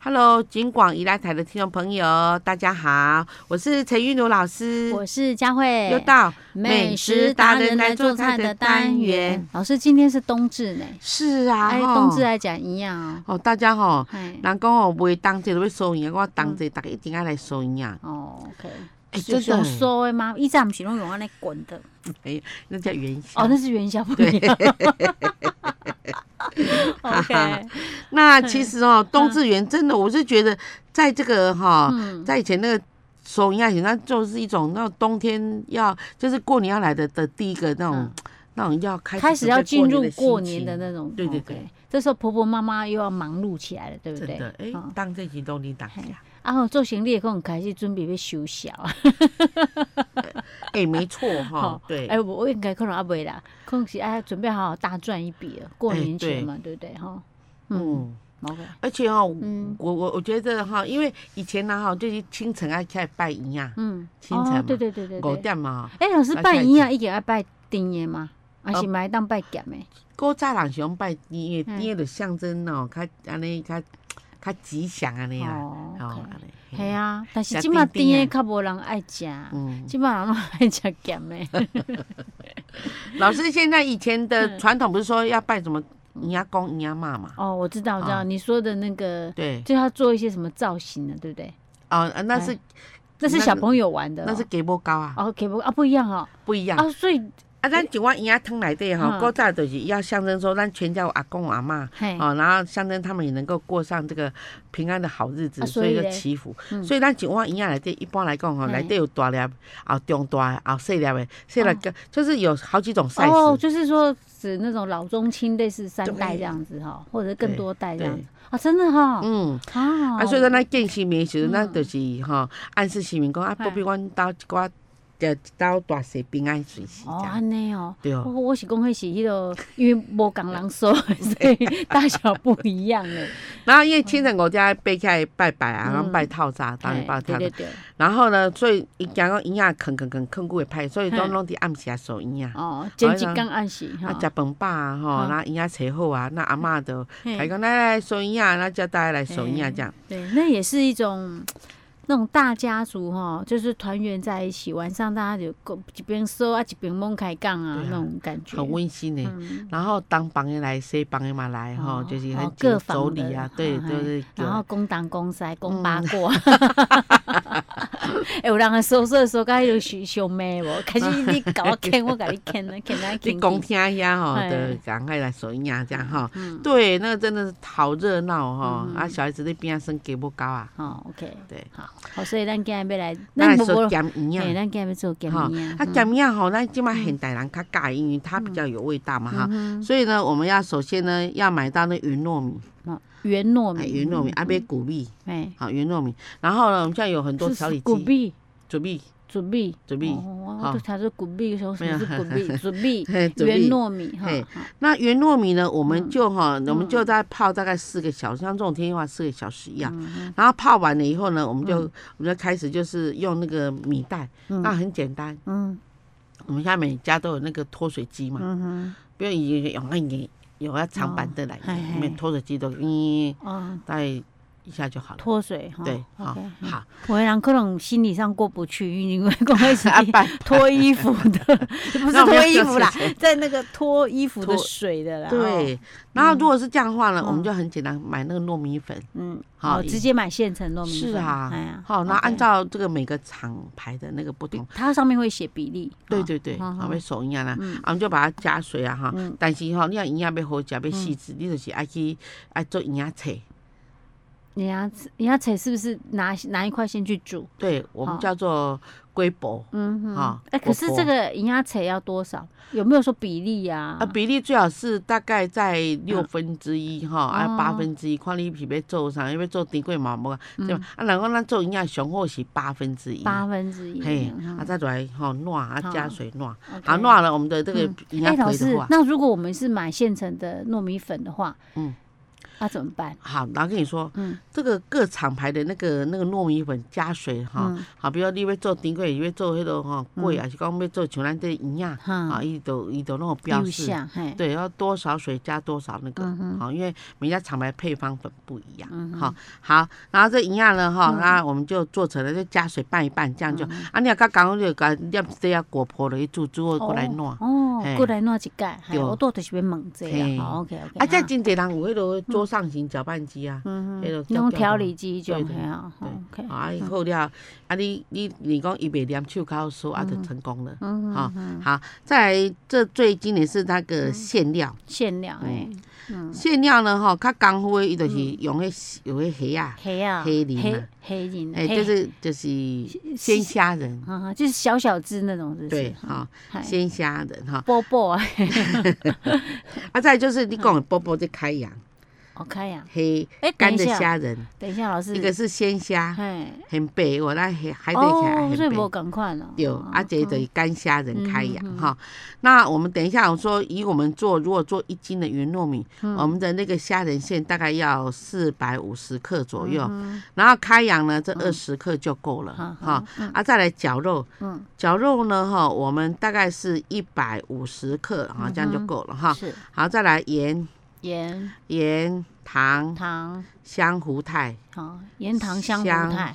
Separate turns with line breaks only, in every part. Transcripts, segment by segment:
Hello，金广宜兰台的听众朋友，大家好，我是陈玉茹老师，
我是佳慧，
又到
美食达人来做菜的单元。。老师，今天是冬至呢，
是啊，
哎，
吼
冬至来讲一样哦。
哦，大家吼，
哎，
人讲吼，袂当节就要收银，我
嗯
当节大家一定要来收银啊。
哦，OK，
哎，真
就是用
的，
收的吗？以前不是用用那滚的，
哎，那叫元宵。
哦，那是元宵不一样。OK，
那其实哦，冬至元真的，我是觉得在这个哈、
嗯，
在以前那个首营啊，以前那就是一种那种冬天要，就是过年要来的的第一个那种、
嗯
那种要开始
开始要进入过
准备
年的
心
那种，
对对
OK
对。
这时候婆婆妈妈又要忙碌起来了，对不
情
对
真的？哎、
哦
当这集都你当
嘿
家，
啊，我做行李也很开始准备要休息啊。
哎、没错哈、
好
对，
哎、我我应该可能阿袂啦，可能是哎准备好好大赚一笔了，过
哎
年
对
前嘛，对不对哈？嗯
嗯，
，OK，
而且哈、
嗯
我我我觉得哈，因为以前呢、哈，就是清晨爱开始拜营啊，
嗯，
清晨嘛
对对对对
五
对。
点嘛，
哎、老师
来
拜
下一
年
题
啊，一定要拜丁的吗？还
呃
是买当拜咸的？
古早人喜欢拜因为
嗯
因为就象征哦，较安尼较较吉祥安尼啊，
哦
哦
，OK，
安尼，
系啊，但是
吃
即马
丁丁
甜
啊
的较无人爱食，
嗯，
即马人拢 爱食咸 的。
老师，现在以前的
嗯
传统不是说要拜什么你阿公、你阿妈嘛？
哦，我知道，我知
啊
道你说的那个，
对，
就要做一些什么造型的，对不对？
哦，呃那是
那是
那
小
个
朋友玩哎的哦、
那是给波高啊，
哦，给不啊不一样哦，
不一样
啊，所以
啊。咱一碗鸭汤来对哈，
嗯
古早就是要象征说，咱全家有阿公有阿妈。
嘿，
哦，然后象征他们也能够过上这个平安的好日子，
啊
所
所
以
以
就
嘞
祈福。
嗯
所以咱一碗营养来对，一般来讲哦，
嘿
来对有大粒、啊中大、啊细粒的，细粒个就是有好几种 size。
哦，就是说指那种老中青，类似三代
对
这样子哈，或者更多代这样
对
子啊，真的哈
嗯，
啊
啊，所以说咱见市民的时候，
嗯
咱就是吼暗示市民讲啊，
嗨
不必阮兜一寡，就一兜大小平安水喜
哦，
这样。
安尼哦，
对
我
哦，
我是讲迄是迄个，因为无共人说，所 以大小不一样诶。
然后因为清晨我家背起来拜拜啊，
哦嗯
然后拜套餐，当然拜
嘿
套
对
餐
对。对，
然后呢，所以伊讲讲营养啃啃啃啃久会歹，所以都
嘿
拢伫暗时啊收营养。
哦，前几工暗时
啊，
哈，
食饭饱啊，吼，
嗯
然后营养找好啊，那阿嬷就
嘿
来讲来来收营养，那叫大家来收营养这样。
对，那也是一种那种大家族哈，就是团圆在一起，晚上大家就共一边说啊，一边蒙开杠啊
对啊，
那种感觉，
很温馨的。
嗯
然后当帮的来，西帮的嘛来，吼，
哦
就是
哦
很
各房
妯娌啊
的，
对，嗯
哦
都是有
然后攻党攻塞攻八卦， 哎、有人来收拾的时候，甲迄个小小 妹无，开始你甲我牵，我甲你牵啊牵啊
你
牵。
讲听一下吼，
哎
就赶快来手音啊，这样哈。
嗯，
对，那个真的是好热闹哈！
嗯
啊，小孩子在边上给不高啊，
好、o k
对，
好，好，所以咱今日要来，
那来
无
说
无，
咸鱼
哎，
啊，
咱今日要做咸面啊，
啊咸鱼啊吼，咱即马现代人较介意，因为它比较有味道嘛哈。
嗯，
所以呢，我们要首先呢要买到那云糯米，
好，圆糯
哎，
米，
云糯米，啊，别
贝，
谷米，
哎，
好，云糯米。然后呢，我们现在有很多调理
骨
剂，
币，
准备，
竹币，
竹篾
哦，
好
我都查出骨币，说什么是
没有，
骨币？竹币
嘿竹
圆
篾
糯米哈
嘿，
好
那圆糯米呢，我们
嗯
就哈，我们
嗯
就在泡大概四个小时，像这种天气的话，四个小时一样。
嗯
然后泡完了以后呢，我们就、我们就开始就是用那个米袋，
嗯
那很简单。
嗯
我们现在每家都有那个脱水机嘛，
嗯哼，
不用有有那个有那长板凳来
哦嘿
的，
嘿
我们脱水机都嗯，
哦，
大概一下就好了。
脱水哈，
对，好
OK，，嗯
好，
我人可能心理上过不去，因为讲开 始
啊拜
脱衣服的， 不是
那我们要
脱衣 服啦
这样，
在那个脱衣服
脱
的水的啦。哦，
对。然后如果是这样的话呢，
嗯
我们就很简单，买那个糯米粉。
嗯，
好
好，直接买现成糯米粉。
是
哎
啊
呀，
好，那
OK
按照这个每个厂牌的那个不同，
它上面会写比例。
对
哦，
对对，
好
好，
好
要手一样啦，
嗯
啊，我们就把它加水啊哈
嗯。
但是吼，你要营养要好食，要细致，你就是爱去爱做营养菜。
你要你要扯是不是拿拿一块先去煮？
对我们
好
叫做龟薄
嗯哼，
好
哎，可是
我
这个银牙扯要多少？有没有说比例呀
啊，？比例最好是大概在六分之一哈，啊
哦
八分之一，看你是要做啥，要要做甜粿嘛，无啊，对吧？啊，然后咱做营养上好是八分之一，
八分之一。
嘿，
嗯
啊再来吼糯啊
好
加水糯，
OK
好糯了我们的这个
嗯
营
哎、
养
老
可以的
师
话，，
那如果我们是买现成的糯米粉的话，
嗯
嗯，那、怎么办？
好，然后跟你说，
嗯
这个各厂牌的那个那个糯米粉加水哈，
嗯
好，比如你要做顶粿，要做迄落吼粿，还是讲要做像咱这个圆啊，
哈，
啊，伊都伊都那种标
嗯有
示，
下嘿，
对，要多少水加多少那个
嗯，哼
好，因为每家厂牌配方粉不一样
嗯，哼嗯
好，好，然后这圆啊呢，哈，那我们就做成了，就加水拌一拌，这样就，啊，你若刚刚就甲念这啊果婆落去煮煮好过来弄。
哦
嘿，
过来弄一届，嘿
对
我倒就是要问这
嘿
啦。好，OK OK。
啊，这真侪人有迄落桌上型搅拌机啊，
嗯
那种
哼，用
调
调理机
对
种
对
嘿啊
对
，OK。
啊，好了，啊你你你讲伊袂念手口说啊，就成功了。
嗯
好
哼哼，
好，再来这最经典是那个馅料，
馅
哦
料诶，嗯
馅料呢吼，较功夫的伊就是用迄有迄虾啊，
黑啊，
黑人啊
黑人，
哎，
嗯嘿
就是就是鲜虾仁，
啊哈，就是小小只那种，是不
对
嗯是？
哈，
嗨
鲜虾仁哈。
波波啊，
啊，再来就是你讲的波波这开洋
我看呀。
黑
哎，等
干
一
的
下，
虾仁，
等一下，老师，
一个是鲜虾，
嘿，
很白，我那海海底起来
哦，所以
很白
无。赶快了。
有，啊，这
嗯
等干虾仁开
嗯嗯
阳
嗯
哈、那我们等一下，我说以我们做，如果做一斤的圆糯米，
嗯
我们的那个虾仁馅大概要四百五十克左右，
嗯
然后开阳呢，这二十克就够了哈
好、
啊，再来绞肉，
嗯，
绞肉呢哈、我们大概是一百五十克哈、这样就够了哈、
嗯是
好，再来盐、
盐、
盐、糖、
糖，
香胡太、
好，盐、糖、香
胡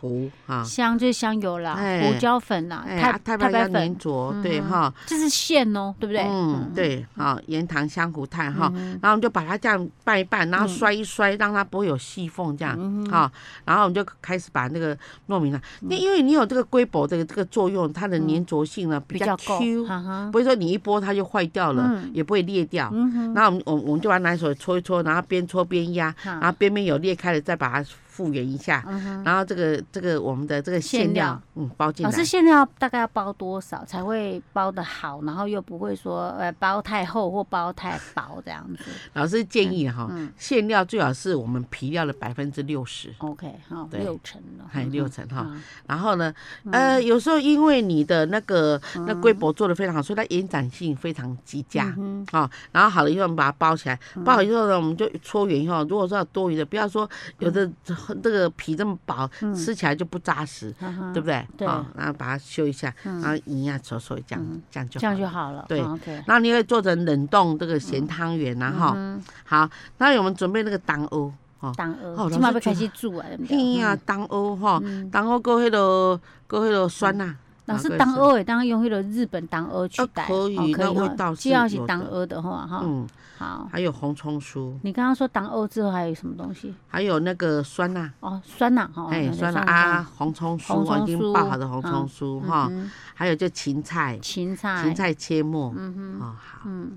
糊太。
啊，
香就是香油啦，
哎
胡椒粉啦，
哎，啊
太
太
太
白要
白
粘
粉，
着，
嗯
对
哼
哈。
这是馅哦，对不对？
嗯，对，好，盐糖香糊炭哈，
嗯
然后我们就把它这样拌一拌，然后摔一摔，让它不会有细缝这样，
嗯
好，然后我们就开始把那个糯米呢，那因为你有这个龟薄的这个作用，它的粘着性呢比
嗯比
较
较够
Q，，
哈嗯哈，
不会说你一拨它就坏掉了，也不会裂掉。然后我们我我们就把奶手搓一搓，然后边搓边压，
好
然后边边有裂开了再把它复原一下，然后这个这个我们的这个
嗯馅
馅料
料，
嗯，包进
老
来
师。馅料大概要包多少才会包的好，然后又不会说呃包太厚或包太薄这样 子
老师建议哈，
嗯
馅料最好是我们皮料的百分之六十，
？OK，好，
对
六成 哦了，
还有六成哈。
嗯
然后呢，呃，有时候因为你的那个那龟柏做的非常好，所以它延展性非常极佳。
嗯
哦，然后好了以后，我们把它包起来，包好以后呢，我们就搓圆以后，如果说要多余的，不要说有的
嗯
这个皮这么薄，吃起来就不扎实，
哼，哈
对不
哈
对？
嗯对嗯
哦然后把它修一下，然后一样搓搓，这样这样就
这样
好
就
了。
好了。
对哦
嗯，OK，
然后你会做成冷冻这个咸汤圆啊，哈。
嗯，
好，那我们准备那个当欧，哦，
当
哦老
鹅，
师
起码要开始煮啊，对不
嘿
对？
呀，当欧吼，当欧搁迄落搁迄落酸呐，
嗯老师
啊
当，鹅也当用那个日本当鹅取
啊
代，
可以
哦
那味
哈
道是
既要是
有
当
的
鹅的话
搁
哈
是，嗯，
好。
还有红葱酥，
你刚刚说党欧之后还有什么东西？
还有那个酸钠，
哦，酸奶哈，
哎，
对
酸钠啊，，红葱酥，
红
我已
葱
经
酥
爆好的红葱酥
嗯
哈，
嗯
还有就芹菜，
芹菜，
芹，菜切末，
嗯哼，
哦，好，
嗯，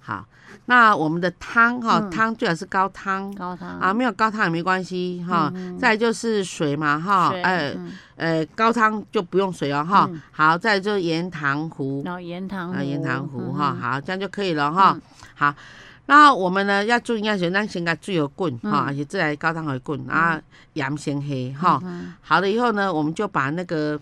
好，那我们的汤哈，汤最好是高汤。
高汤嗯
啊，没有高汤也没关系哈，再来就是水嘛哈，
水
哎
嗯
呃，高汤就不用水哦哈，好，再来就是盐糖糊，
然后盐嗯糖
啊，
糊，
盐糖糊
嗯
哈，
哼，嗯
好，这样就可以了哈。好，那我们呢要注意要先，咱先给水油滚哈，
嗯
而且再来高汤给它滚，啊，盐先黑哈。好了以后呢，我们就把那个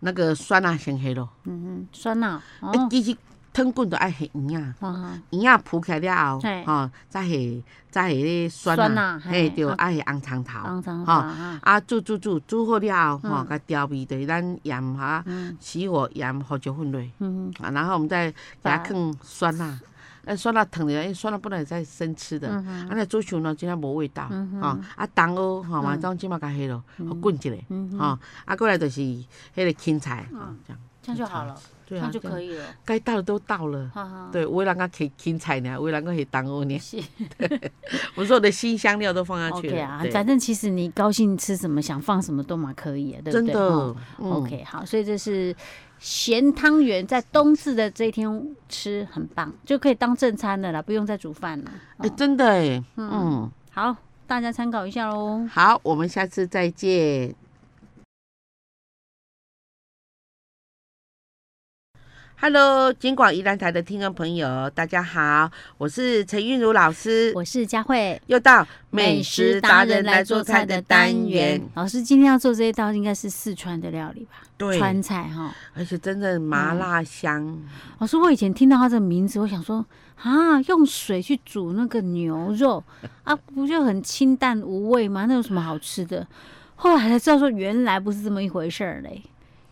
那个酸辣先黑咯。
嗯哼，酸奶，哦，
哎，其实汤滚都爱黑盐啊，
哈哈，
盐啊铺起来了后
嘿，
哈，再黑再黑酸
酸
辣，
辣
嘿，
嘿
对，
啊
爱黑红葱头。
肮脏
哈
哈，
啊，煮煮煮煮好了后，吼，甲调味就是咱盐哈，
嗯
起火盐胡椒粉类。
嗯哼，
啊，然后我们再给它
把
放酸辣，哎，酸辣烫的，因为酸辣本来在生吃的，
嗯
啊，那煮熟呢，真正无味道，
嗯
啊，啊，冬菇吼，嘛种即马甲迄咯，互滚一下，
嗯哼，
吼，啊，过来就是迄个芹菜，啊，这样，
这样就好了，
对啊
这样，就
这样
可以嗯了，
该到的都到了。
哈哈，
对，有的人个芹芹菜呢，有的人个是冬菇呢，
是
我说我的新香料都放下去
，OK
了
啊，，
对
反正其实你高兴吃什么，想放什么都嘛可以，对不对？
真的嗯
哦。OK，好，所以这是咸汤圆，在冬至的这一天吃很棒，就可以当正餐的啦，不用再煮饭了。
哎，真的哎，嗯，
好，大家参考一下喽。
好，我们下次再见。 Hello，金广宜兰台的听众朋友，大家好，我是陈韵如老师，
我是佳慧，
又到美食达人来做菜的单元。。
老师今天要做这一道应该是四川的料理吧？
对，
川菜哈。
而且真的麻辣香，
老师，我以前听到它这个名字，我想说啊，用水去煮那个牛肉啊，不就很清淡无味吗？那有什么好吃的？后来才知道说，原来不是这么一回事儿嘞。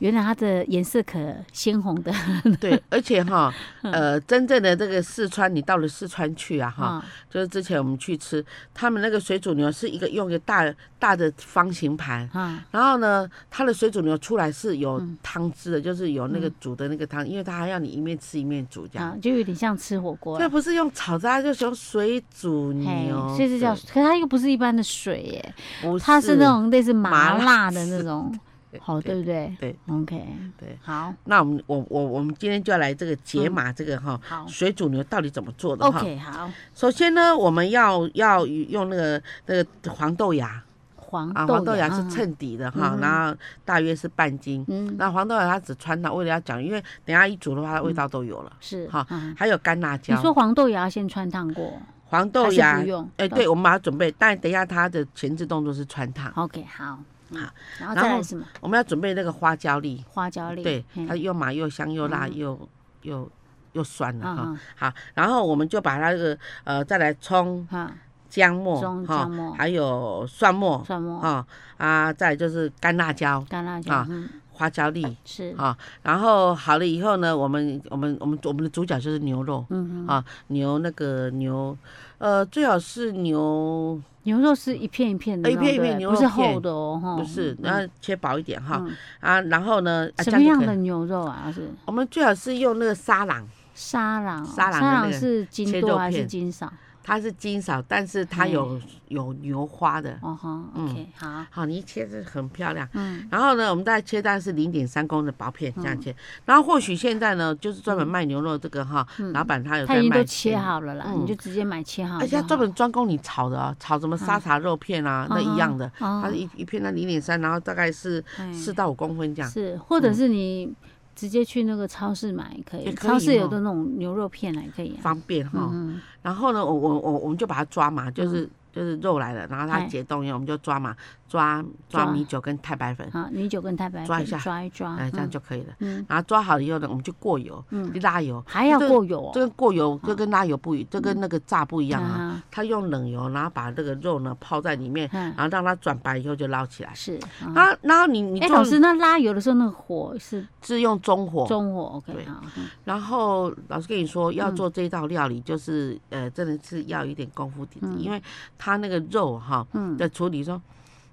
原来它的颜色可鲜红 的
对，而且哈，呃，真正的这个四川，你到了四川去啊，哈，
哈，
就是之前我们去吃，他们那个水煮牛是一个用一个大大的方形盘，
啊，
然后呢，它的水煮牛出来是有
嗯
汤汁的，就是有那个煮的那个汤，因为它还要你一面吃一面煮这样。
啊，就有点像吃火锅
那
了。
不是用炒的啊，它就是用水煮
嘿
牛，，
所以这叫，可是它又不是一般的水耶，
不
它是那种类似麻
麻
辣的那种，好，对不对？
对
，OK，
对，
好
那我们我我我们今天就要来这个解码这个哈、
好
水煮牛到底怎么做的哈。
嗯，OK，好，
首先呢，我们要要用那个那个黄豆芽
黄
啊，黄
豆
豆芽是
嗯
衬底的哈，然后大约是半斤。
嗯，
那黄豆芽它只穿到，为了要讲，因为等一下一煮的话，它味道都有了。
是
好
嗯
还有干辣椒
你，说黄豆芽先穿烫过，
黄
还
豆
是
芽
不，用？嗯
哎，对，我们把它准备，但等一下它的前置动作是穿烫，
，OK，好，嗯
好，
然后
然
再
后
来什么？
我们要准备那个花椒粒，
花椒粒，
对，
嘿
它又麻又香又辣
嗯
又又又酸了哈。
啊
好，然后我们就把它这个呃再来葱、
啊啊，
姜末
葱
哈
姜末
还有蒜末
蒜末、
啊啊，再来就是干辣椒、
干辣椒
啊，
嗯，
花椒粒
是，
啊。然后好了以后呢，我们我们我们我们的主角就是牛肉
嗯，
啊，牛那个牛，呃，最好是牛
牛肉是一片一片的
呃一
那种，
片一
对
片牛
不
肉
是厚
片
的哦，哈，
不是，
嗯
然后切薄一点哈
嗯
啊，然后呢，啊
什
这
么
就
样
可以
的牛肉啊？是
我们最好是用那个沙朗。
沙朗哦，
沙朗的
沙
那
朗
个
是
切
金
肉
多还是
片
金少？
它是金勺，但是它有有牛花的。
嗯哦哈
嗯
，OK，好，
好，你一切是很漂亮。
嗯，哦
然后呢，我们大概切大概是零点三公的薄片这样切。然后或许现在呢，就是专门卖牛肉这个哈，老板他有
它
在
嗯已经
卖
都切，好了啦，
嗯
你就直接买切好的就
而且
好，
他专门专供你炒的哦，炒
嗯
什么沙茶肉片啊，那一样的。
哦
它是一一片那零点三，然后大概是
哎
四到五公分这样。嗯
是，或者是你直接去那个超市买也可以，
也可
超
以
市有
哦
的那种牛肉片啊，也可以、啊。
方便哈，
嗯，
然后呢，我我我我们就把它抓嘛，就是就是肉来了，然后它
哎
解冻以后，我们就抓嘛，抓抓
抓
米酒跟太白粉，
好，米酒跟太白
抓一
粉
下
抓一抓，
哎，这样
嗯
就可以了。
嗯
然后抓好了以后呢，我们就过油，
嗯
拉油，
还要
这
过油哦，
这跟过油这跟拉油不一，这跟那个炸不一样啊。
啊，
它用冷油，然后把这个肉呢泡在里面，
嗯
然，后让它转白以后就捞起来。
是。啊
啊，然后你你
哎，
做
老师，那拉油的时候，那个火是
是用中火，
中火，OK
对
好，嗯
然后老师跟你说要做这道料理，就是呃真的是要有一点功夫底子，因为它那个肉哈
嗯，
的处理说。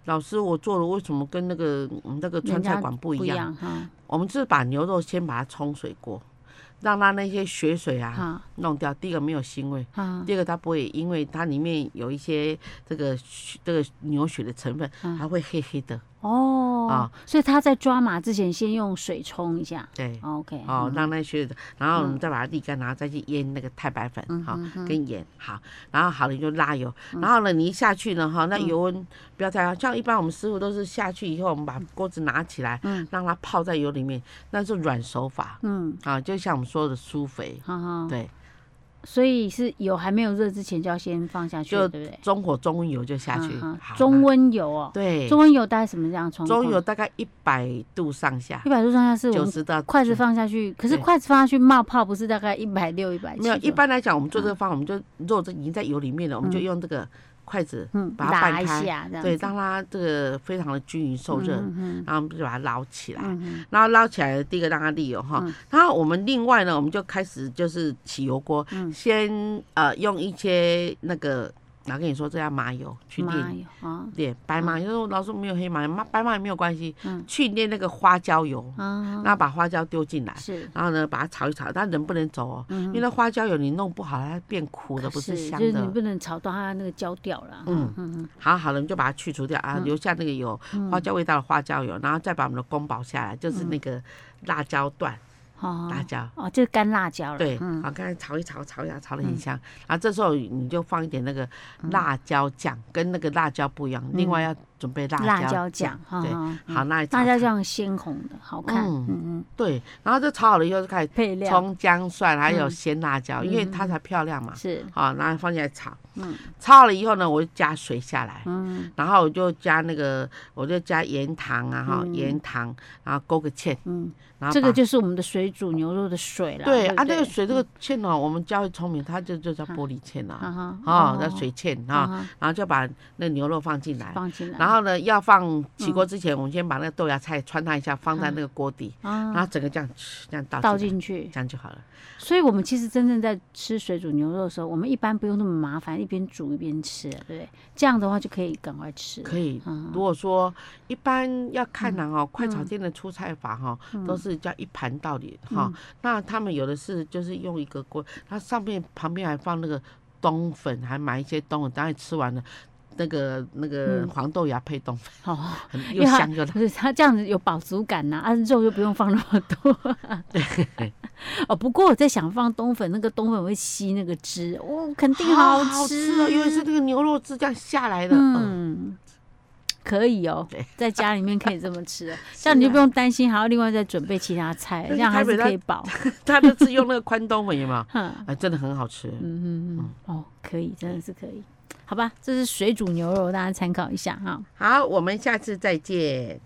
老师，我做了，为什么跟那个嗯那个川
人
菜
家
馆不
不
一
一
样？
样哈，
我们是把牛肉先把它冲水过，让它那些血水啊，
好
弄掉。第一个没有腥味，
啊，
第二个它不会，因为它里面有一些这个血这个牛血的成分，
嗯
它会黑黑的。
哦
啊，
所以他在抓麻之前，先用水冲一下
对，
，OK，
哦，
嗯
让那血，然后我们再把它沥干，然后再去腌那个太白粉，
嗯
哈，跟盐，好，然后好了你就拉油，然后呢你一下去呢，哈，
嗯
那油温不要太高，像一般我们师傅都是下去以后，我们把
嗯
锅子拿起来，让它泡在油里面，那是软手法
嗯，
啊，就像我们说的酥肥，
好好，
对，
所以是油还没有热之前就要先放下去
就
了，对不对？
中火中温油就下去
嗯，
好
好中温油哦，
对，
中温油大概什么样冲？
中油大概一百度上下
一，百度上下是我
九
们
十到
筷子放下去，可是
对
筷子放下去冒泡不是大概一百六、一嗯百七？
没有。一般来讲，我们做这个方法，我们就肉都已经在油里面了，我们就用这个筷子，
嗯，
把它
打
拌
一
开
下这样
对，
子
让它这个非常的均匀受热，
嗯
然后我们就把它捞起来。
嗯
然后捞起来，第一个让它沥油哈。然后我们另外呢，我们就开始就是起油锅，
嗯
先呃用一些那个，然后跟你说这叫麻油去
嗯，妈
炼
呀啊
炼白麻油，就是老师没有黑麻油，麻白麻也没有关系，
嗯
去炼那个花椒油，
啊
然后把花椒丢进来。
是
然后呢，把它炒一炒，但人不能走哦，因为那花椒油你弄不好，它变苦的，不是香
嗯就是你
的。
不能炒到它那个焦掉了。
嗯
嗯
好好了，你就把它去除掉啊，留下那个有花椒味道的花椒油，然后再把我们的宫保下来，就是那个辣椒段，
哦
辣椒。
嗯哦，就是干辣椒了，
对，
嗯
好，刚才炒一炒，炒一下，炒的很香。然后这时候你就放一点那个
嗯
辣椒酱，跟那个辣椒不一样，另外要准备
辣
辣
椒
椒
酱
酱。，
哈
对，
哈嗯
好，那一炒
辣椒
炒
酱鲜红的，好看，
嗯
嗯嗯，
对，然后这炒好了以后就开始
配料
葱、姜、蒜，还有
嗯
鲜辣椒，因为它才漂亮嘛。
是，
好，然后放进来炒，
嗯
炒好了以后呢，我就加水下来，
嗯
然后我就加那个，我就加盐糖啊，哈，
嗯
盐糖，然后勾个芡，
嗯，
然后
这个
把
就是我们的水煮牛肉的水了，
对
不
啊，那个水这个芡哦，我们教会聪明，它就就叫玻璃芡
啊
啊，
嗯哈，
哦，叫水芡啊，
啊，
然后就把那牛肉放进来，
放进来，嗯
然后呢，要放起锅之前，我们先把那个豆芽菜穿它一下，放在那个锅底，然
啊
后整个这样吃这样倒
倒
进来，
进去，
这样就好了。
所以我们其实真正在吃水煮牛肉的时候，我们一般不用那么麻烦，一边煮一边吃，对不对？这样的话就可以赶快吃。
可以
嗯，
如果说一般要看人哦，快炒店的出菜法哈，
嗯
都是叫一盘到底哈。那他们有的是就是用一个锅，它上面旁边还放那个冬粉，还买一些冬粉，当然吃完了。那个那个
嗯
黄豆芽配冬粉，
哦，
很
因
又
为它
香又辣
不是它这样子有饱足感呐、啊，肉又不用放那么 多。哦，不过我在想放冬粉，那个冬粉会吸那个汁，哦，肯定
好
好
吃
吃
哦，尤其是那个牛肉汁这样下来的，嗯，
嗯， 可以哦
对，
在家里面可以这么 吃哦，这样你就不用担心还要另外再准备其他菜，
但
这
啊是
样还
台北
是
它
可以饱。
他那次用那个宽冬粉有没有？
哼
哎，真的很好吃。
嗯嗯嗯，哦，可以，真的是可以。好吧，这是水煮牛肉，大家参考一下哈。
好，我们下次再见。